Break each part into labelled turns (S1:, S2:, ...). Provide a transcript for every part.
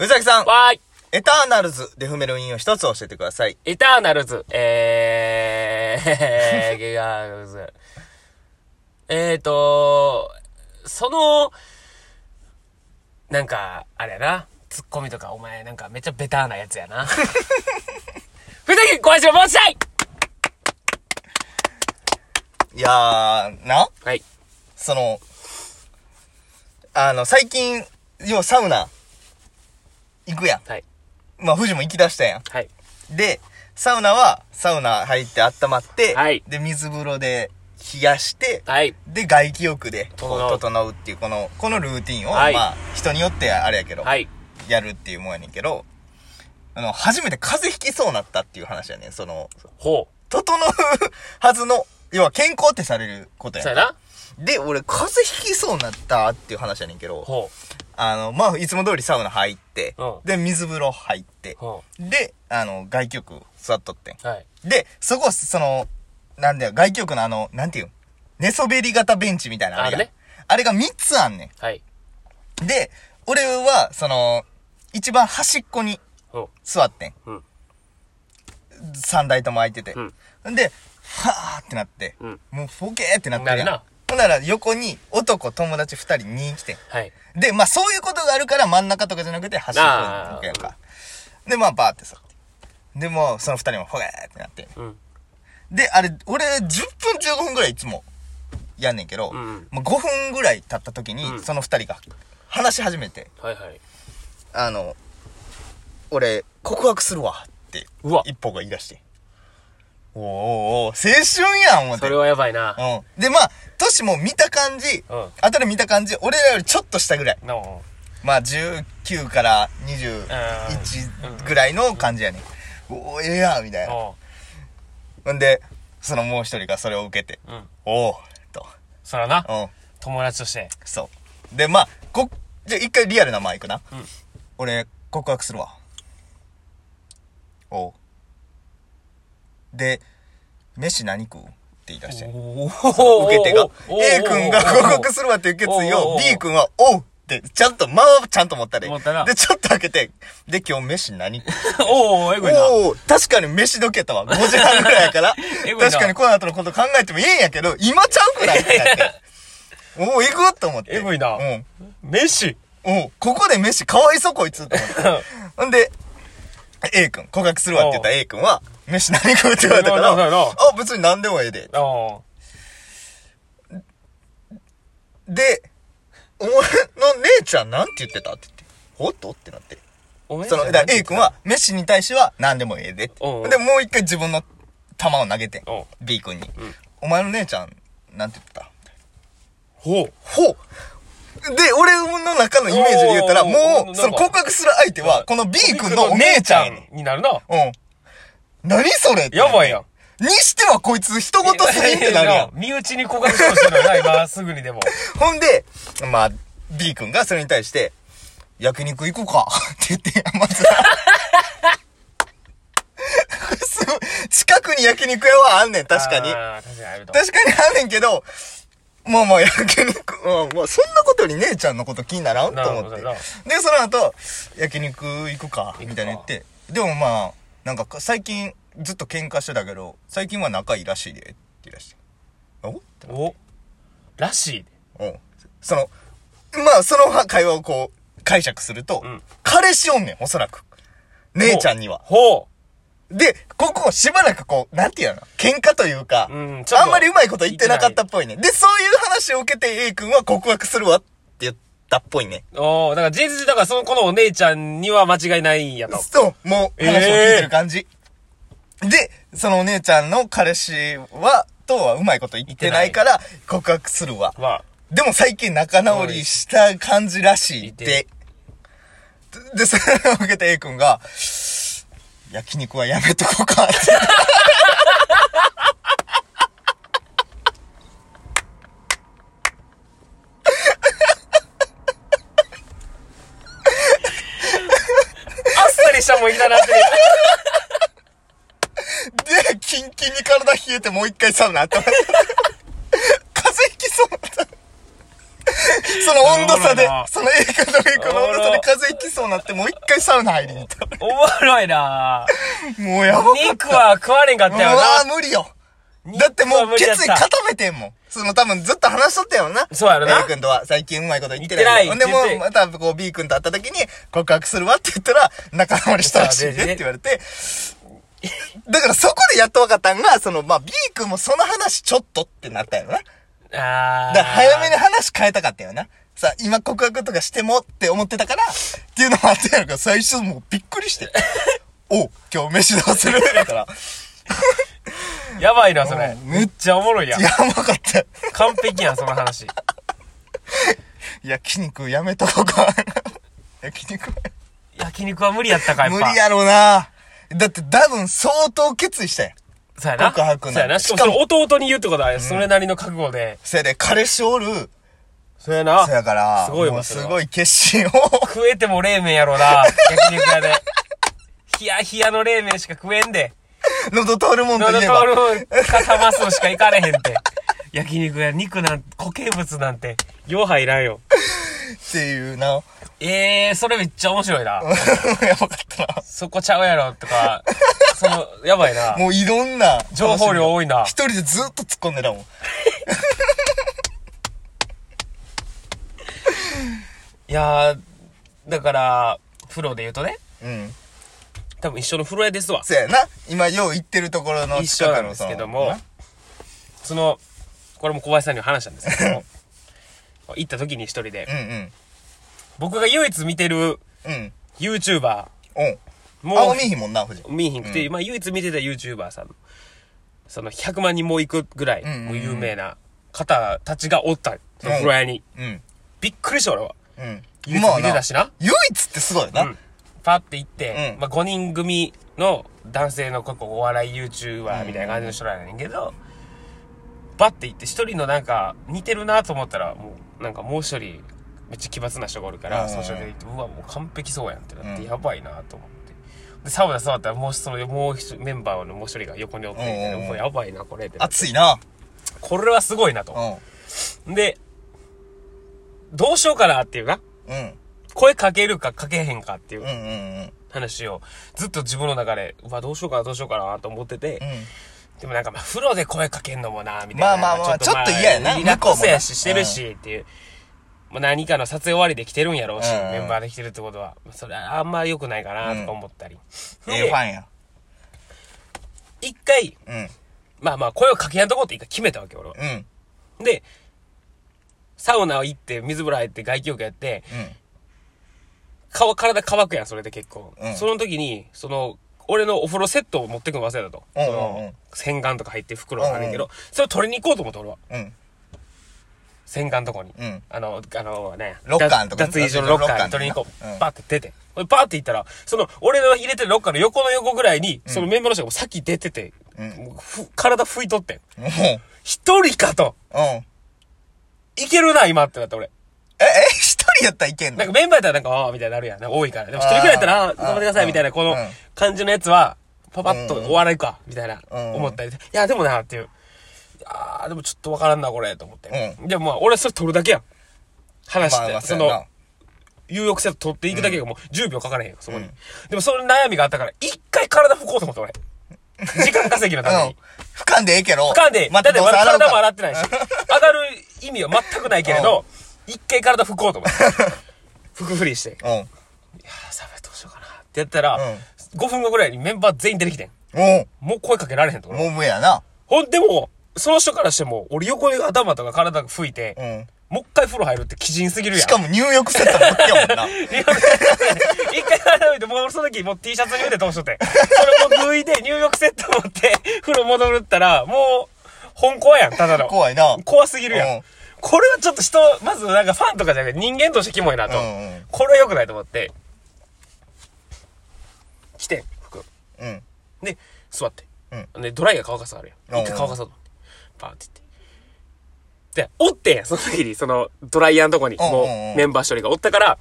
S1: 宇崎さん、
S2: わーい。
S1: エターナルズで踏める韻を一つ教えてください。
S2: エターナルズ。えー、ゲガールズ。えーと、その、なんか、あれやな。ツッコミとか、お前なんかめっちゃベターなやつやな。 ふざけ小林を持ちたい
S1: いやー、な、
S2: はい。
S1: その、あの、最近、ようサウナ、行くやん。
S2: はい。
S1: まあ、富士も行き出したや
S2: はい。
S1: ん。で、サウナは、サウナ入って温まって、
S2: はい
S1: で、水風呂で冷やして、
S2: はい。
S1: で、外気浴で、こ
S2: 整う
S1: う、整うっていう、この、このルーティンを、
S2: はい
S1: まあ、人によってあれやけど、
S2: はい。
S1: やるっていうもんやねんけど、あの、初めて風邪ひきそうなったっていう話やねん。その、
S2: ほ
S1: 整うはずの、要は健康ってされること
S2: う。
S1: や
S2: そ
S1: ね
S2: うんやな。
S1: で、俺、風邪ひきそうになったっていう話やねんけど、
S2: ほ
S1: あの、まあ、いつも通りサウナ入って
S2: うん、
S1: で、水風呂入って
S2: う。、ほ
S1: で、あの、外気浴座っとってん。
S2: う。はい。
S1: で、そこ、その、なんだよ、外気浴のあの、なんていうん寝そべり型ベンチみたいなあれが
S2: あるね
S1: あれが3つあんね
S2: はい。
S1: ん。で、俺は、その、一番端っこに
S2: ほ
S1: 座ってん。
S2: うん
S1: 三台とも空いてて。ん、で、はーってなって、
S2: うん
S1: もうボケーってなってるやん
S2: なるな
S1: ほんなら横に男友達二人に来てん。
S2: う。はい。
S1: で、まあそういうことがあるから真ん中とかじゃなくて端っこに行くやんか。で、まあバーってさ。で、もうその二人もほげーってなって。
S2: うん。
S1: で、あれ、俺10分15分ぐらいいつもやんねんけど、
S2: うんうん
S1: もう5分ぐらい経った時に、
S2: うん
S1: その二人が話し始めて、
S2: はいはい。
S1: あの、俺告白するわって、
S2: うわ
S1: 一歩が言い出して。おーおーおー青春やん、思って。
S2: それはやばいな。
S1: うん。で、まあ、年も見た感じ、
S2: うん
S1: あとで見た感じ、俺らよりちょっと下ぐらい。
S2: の、
S1: まあ19から21ぐらいの感じやね、ん。おおええやんみたいな。
S2: ほ
S1: ほんで、そのもう一人がそれを受けて、
S2: う。うん。
S1: おおと。
S2: そらな
S1: う。ん、
S2: 友達として。
S1: そう。で、まあ、こ、じゃあ一回リアルな前行くな。
S2: うん
S1: 俺、告白するわ。おうで、飯何食うって言い出して。受
S2: 受
S1: け手が。A 君が報告するわっていう決意
S2: おうおうお
S1: を
S2: う
S1: B 君は、おうって、ちゃんと、間をちゃんと持ったで。
S2: 持ったな
S1: で、ちょっと開けて、で、今日飯何食う
S2: おお、えぐいな。
S1: おう確かに飯どけたわ。5時半ぐらいや から。
S2: えぐいな
S1: 確かにこの後のこと考えてもいいんやけど、今ちゃうくないってな って。おお、行くと思って。
S2: えぐいな
S1: うん。
S2: 飯
S1: おうここで飯かわいそうこいつと思って。 ほんで、A 君、告白するわって言った A 君は、飯何食うって言われたから、
S2: なななな
S1: あ、別に何でもええで。
S2: お
S1: で、お前の姉ちゃんなんて言ってたって言って、おっとってなって。
S2: おめ
S1: その、だから A 君は、飯に対しては何でもええでって。で、
S2: お
S1: も
S2: う
S1: う一回自分の球を投げてん
S2: おう。
S1: B 君に。お前の姉ちゃん、なんて言ってた
S2: ほう。
S1: ほうで、俺の中のイメージで言ったら、
S2: おう
S1: も
S2: おう
S1: う、その告白する相手は、この B 君のお姉ちゃんやねん。
S2: になるな。
S1: うん。何それって
S2: やばいやん。。
S1: にしてはこいつ、人事すぎんってなるやん
S2: 身内に告白してほしいのよな、今すぐにでも。
S1: ほんで、まあ、B 君がそれに対して、焼肉行こうかって言って、ま ずは。すごい。近くに焼肉屋はあんねん、確かに。
S2: あー確かにあると。
S1: 確かにあんねんけど、もうもう焼肉、もうもうそんなことより姉ちゃんのこと気にならん
S2: な
S1: と
S2: るほど
S1: 思って。
S2: なる
S1: で
S2: ほ、
S1: その後、焼肉行くか、みたいな言って。でもまあ、なんか最近ずっと喧嘩してたけど、最近は仲いいらしいで、って言い出して。お
S2: お。らしい。
S1: うん。その、まあ、そのは会話をこう、解釈すると、
S2: ん
S1: 彼氏おんねん、おそらく。姉ちゃんには。
S2: ほ
S1: で、ここをしばらくこう、なんていうの喧嘩というか、
S2: うんちょっと
S1: あんまりうまいこと言ってなかったっぽいね。で、そういう話を受けて A 君は告白するわって言ったっぽいね。
S2: う。おおだから事実、だからその子のお姉ちゃんには間違いないんやと。
S1: そう、もう話を聞いてる感じ。で、そのお姉ちゃんの彼氏は、とはうまいこと言ってないから、告白するわ。
S2: は、
S1: でも最近仲直りした感じらしいで。で、それを受けて A 君が、焼肉はやめとこうかって言って。
S2: あっさりしたもんいきなりなってね。
S1: で、キンキンに体冷 えてもう一回サウナ温まって。風邪ひきそうだった。その温度差で
S2: おもろいな、
S1: その映画の影響の温度差で風邪ひきそうになって、もう一回サウナ入りに行った。
S2: おもろいな
S1: もうやばかった。
S2: 肉は食われんかったよ
S1: うわ
S2: な。
S1: ー無理よ。だってもう、
S2: 肉は無理
S1: 決
S2: やった
S1: 意固めてんもん。その多分ずっと話しとったよな。
S2: そうやろな
S1: A 君とは最近うまいこと言ってない。
S2: 言って
S1: で
S2: ない
S1: も
S2: 言って
S1: う、またこう B 君と会った時に告白するわって言ったら、仲直りしたらしいねっ
S2: そう
S1: て言われて。だからそこでやっと分かったんが、その、まあ B 君もその話ちょっとってなったよな。だか
S2: あー
S1: ら早めに話変えたかったよな。さあ、今告白とかしてもって思ってたから、っていうのもあったやろから、最初もうびっくりして。 おう今日飯どうするだから。
S2: やばいな、それ。
S1: うん
S2: めっちゃおもろいやん。
S1: やばかった。
S2: 完璧やん、その話。
S1: 焼肉やめとこうか。 焼肉
S2: 焼肉は無理やったか、やっ
S1: 無
S2: ぱ。
S1: 理やろな。だって多分相当決意したやん。
S2: そうやな。
S1: 告白なんて
S2: そうやな。しかもそれ弟に言うってことは、それなりの覚悟で。
S1: そやで、彼氏おる、
S2: そうやな。
S1: そやから、
S2: すごいわ
S1: もう
S2: それ
S1: す
S2: は
S1: ごい決心を。
S2: 食えても冷麺やろうな。焼肉屋で。冷や冷やの冷麺しか食えんで。
S1: 喉通るもんと
S2: 喉
S1: い
S2: 通
S1: えば。
S2: る固ますのしか行かれへんて。焼肉屋、肉なん、固形物なんて、よう入らんよ。
S1: っていうな。 や
S2: ええー、それめっちゃ面白いな。
S1: ばかったな。
S2: そこちゃうやろとか、その、やばいな。
S1: もういろんな。
S2: 情報量多いな
S1: 一。人でずっと突っ込んでたもん。
S2: いやー、だから、風呂で言うとね、
S1: うん。
S2: 多分一緒の風呂屋ですわ。
S1: そやな。今、よう行ってるところの
S2: 一緒なん
S1: の
S2: です
S1: その
S2: けども、その、これも小林さんにも話したんですけ ども、行った時に一人で
S1: う、んうん。
S2: 僕が唯一見てる
S1: うん。
S2: YouTuber、
S1: うん。
S2: も
S1: 青
S2: う
S1: 見ひもんな、藤。
S2: 見えへんくて、まあ唯一見てた YouTuber さんの、その100万人もう行くぐらい、
S1: んうんうん
S2: もう有名な方たちがおった、その風呂屋に。
S1: うん。
S2: びっくりした俺は。
S1: うん。
S2: 唯一
S1: まあ
S2: 見てたしな。
S1: 唯一ってすごいよな。
S2: うん、パって行って、
S1: うん
S2: まあ、5人組の男性のここお笑い YouTuber みたいな感じの人らやねんけど、バッて行って一人のなんか似てるなと思ったらもうなんかもう一人めっちゃ奇抜な人がおるから、
S1: うん
S2: その人が行ってうわもう完璧そうやんってなって、
S1: うん
S2: やばいなと思ってでサウナ座ったらもうそのもう一人メンバーのもう一人が横におって、
S1: うんうんうん
S2: もうやばいなこれってなって
S1: 熱いな。
S2: これはすごいなと、
S1: う。
S2: でどうしようかなっていうなん
S1: うん。
S2: 声かけるかかけへんかっていう
S1: うんうんうん。
S2: 話をずっと自分の中で、うわ、どうしようかな、どうしようかなと思ってて、
S1: う
S2: でもなんかまあ、風呂で声かけんのもな、みたいな。
S1: まあまあまあちょっと嫌やな
S2: リラックスやし、し
S1: 向こ
S2: て
S1: うもな
S2: るし、っていう。まあ何かの撮影終わりで来てるんやろうし、
S1: うんうん
S2: メンバーで来てるってことは、まあそれはあんま良くないかな、とか思ったり。
S1: ん。
S2: で
S1: ええファンや。
S2: 一回、
S1: うん。
S2: まあまあ、声をかけやんとこうって一回決めたわけ、俺は。
S1: うん。
S2: で、サウナ行って、水風呂入って、外気浴やって、顔、体乾くやん、それで結構。
S1: うん
S2: その時に、その、俺のお風呂セットを持ってくの忘れたと。
S1: うんうん
S2: そ
S1: うん
S2: の洗顔とか入って袋があるんやけど、
S1: う
S2: それを取りに行こうと思って、俺は。
S1: うん。うん。
S2: 洗顔のとこに。
S1: うん
S2: あの、あのね。
S1: ロッカーのとこ
S2: 脱脱衣所のロッカー
S1: ロッカーの
S2: に取りに行こう。
S1: うん
S2: バーって出て。俺バーって行ったら、その、俺の入れてるロッカーの横の横ぐらいに、そのメンバーの人がもう先出てて、
S1: うん
S2: もうふ体拭いとってん。
S1: うん。うん。
S2: 一人かと。いけるな、今ってなって俺。
S1: え、え、一人やったらいけんの
S2: なんかメンバーやったらなんか、ああ、みたいになるやん。なんか多いから。でも一人くらいやったら、ああ
S1: あー
S2: 頑張ってください、
S1: うん
S2: みたいな、この
S1: うん
S2: 感じのやつは、パパッと
S1: うん
S2: お笑いか、みたいな、
S1: うん
S2: 思ったり。いや、でもな、っていう。ああ、でもちょっとわからんな、これ、と思って。
S1: う
S2: でもまあ、俺はそれ撮るだけやん。話
S1: ま
S2: し
S1: あまあ、
S2: て、
S1: そ
S2: そう
S1: や
S2: の
S1: な、。
S2: 有力性取っていくだけがもう10秒かからへんよ、そこに。でもその悩みがあったから、一回体拭こうと思って、俺。時間稼ぎのため
S1: うん
S2: に。。
S1: 不可でええけど。
S2: かんで、だ
S1: ま
S2: って
S1: たどう
S2: ま
S1: せ
S2: だ
S1: 洗うか
S2: 体
S1: ら
S2: も洗っ てないし、上がる意味は全くないけれど、一回体拭こうと思って。 拭くふりして。いやー、サブどうしようかなってやったら、
S1: う
S2: 5分後ぐらいにメンバー全員出てきてん。
S1: うん。
S2: もう声かけられへんところ。
S1: もう、もう無理やな。
S2: ほんでも、その人からしても、俺横に頭とか体が拭いて、
S1: うん。
S2: もう一回風呂入るって鬼人すぎるやん。
S1: しかも入浴セット持ってやもんな。
S2: いや 一回洗うて、もうその時もう T シャツ脱いで通しとって。それもう脱いで入浴セット持って、風呂戻るったら、もう、本コアやん、ただの。
S1: 怖いな。
S2: 怖すぎるやん。
S1: うん
S2: これはちょっと人、まずなんかファンとかじゃなくて人間としてキモいなと。
S1: うんうん
S2: これは良くないと思って。来てん、服。
S1: うん。
S2: で、座って。で、ドライヤー乾かすのあるやん。一回乾かそうと思って。パーって言って。で、おってんその時に、その、ドライヤーのとこに、
S1: うんうんうん
S2: もう、メンバー一人がおったから、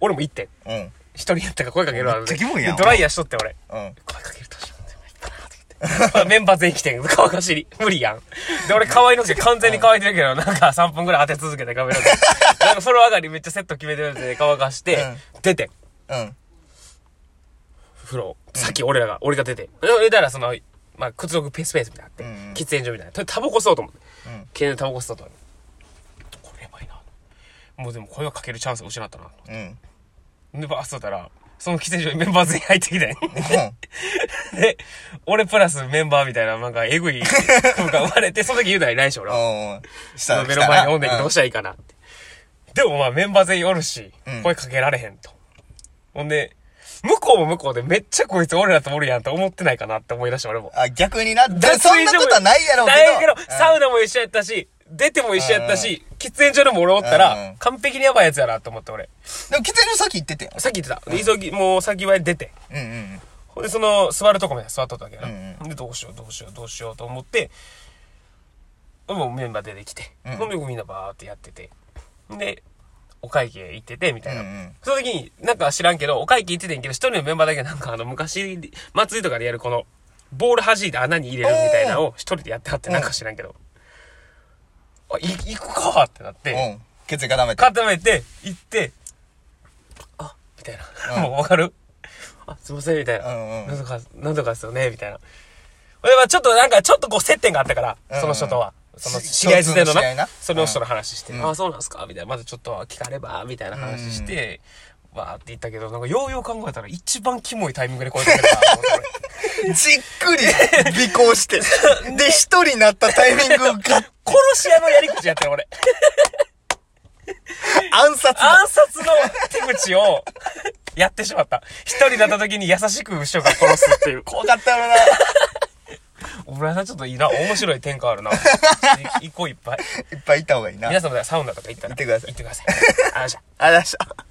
S2: 俺も行ってん。
S1: うん。
S2: 一人やったから声かけるわ。
S1: めっちゃキモいやん
S2: でドライヤーしとって、俺。
S1: うん。
S2: 声かけるとしようって。パーって言って。メンバー全員来てん。顔が知り。無理やん。で、俺可愛いのし完全に乾いてるけど、なんか3分ぐらい当て続けてカメラで。なんか風呂上がりめっちゃセット決めてるやつで乾かして、出てん。
S1: うん。
S2: 風呂。さっき俺らが、俺が出て。え、だからその、まあ、屈辱ペースペースみたいなのあ
S1: うんうん
S2: って、喫煙所みたいな。とりあえずタバコ吸おうと思って。
S1: うん
S2: 経でタバコ吸ったと思って。これやばいな。もうでも声をかけるチャンスを失ったな。
S1: うん。
S2: で、バーッ吸ったら、その喫煙所にメンバー全員入ってきたんよ
S1: うん。
S2: で、俺プラスメンバーみたいな、なんか、えぐい空間生まれて、その時言うなら来週 俺は。
S1: おー、し
S2: そ
S1: たら
S2: の目の前におんねんけどど
S1: う
S2: うしたらいいかなって。でもまあ、メンバー全員おるし
S1: うん、
S2: 声かけられへんと。ほんで、向こうも向こうでめっちゃこいつ俺らとおるやんと思ってないかなって思い出して俺も。
S1: あ、逆にな。
S2: 脱
S1: だ
S2: 衣所
S1: そ
S2: も
S1: んなことはないやろうけど。
S2: ないけど、
S1: うん
S2: サウナも一緒やったし、出ても一緒やったし、喫煙所でも俺おった
S1: うんう
S2: ら
S1: ん、
S2: 完璧にやばいやつやなと思って俺。
S1: でも、喫煙所先行っててよ。
S2: さっき言ってた。で急ぎ、もう先は出て。
S1: うんうん
S2: ほんで、その、座るとこまで座っとったわけやな。
S1: うん
S2: で、どうしよう、どうしよう、どうしようと思って、もうメンバー出てきて、
S1: うん
S2: ほんで、みんなバーってやってて、で、お会計行ってて、みたいな。
S1: うんうん
S2: その時に、なんか知らんけど、お会計行っててんけど、一人のメンバーだけなんか、あの、昔、祭りとかでやるこの、ボール弾いて穴に入れるみたいなのを一人でやってはって、
S1: うん
S2: なんか知らんけど、あ、い行くかってなって、
S1: うん。うん。血液固めて。
S2: 固めて、行って、あ、みたいな。
S1: うん
S2: もう わかるあ、すいません、みたいな。
S1: うんうん
S2: なんとか、なんとかですよね、みたいな。俺はちょっとなんか、ちょっとこう接点があったから、
S1: うんうん
S2: その人とは。その
S1: し
S2: 知り合いずれの
S1: 共通の知り合いな
S2: な、その人の話して、
S1: うん
S2: あ、そうなんすかみたいな。まずちょっと聞かれば、みたいな話して、わーって言ったけど、なんかようよう考えたら一番キモいタイミングで声かけたなと思って俺
S1: じっくり尾行して。で、一人になったタイミングが
S2: 殺し屋のやり口やってる 俺。
S1: 暗殺だ。
S2: 暗殺の手口をやってしまった。一人だった時に優しく後ろから殺すっていう。こ
S1: 怖
S2: う
S1: かったよな。
S2: 小倉さんちょっといいな。面白い展開あ るな。一個いっぱい。
S1: いっぱいいた方がいいな。
S2: 皆様でサウナとか行った
S1: 行
S2: ら。
S1: ってください
S2: 行ってください。ありがとうございました
S1: ありがとうございました。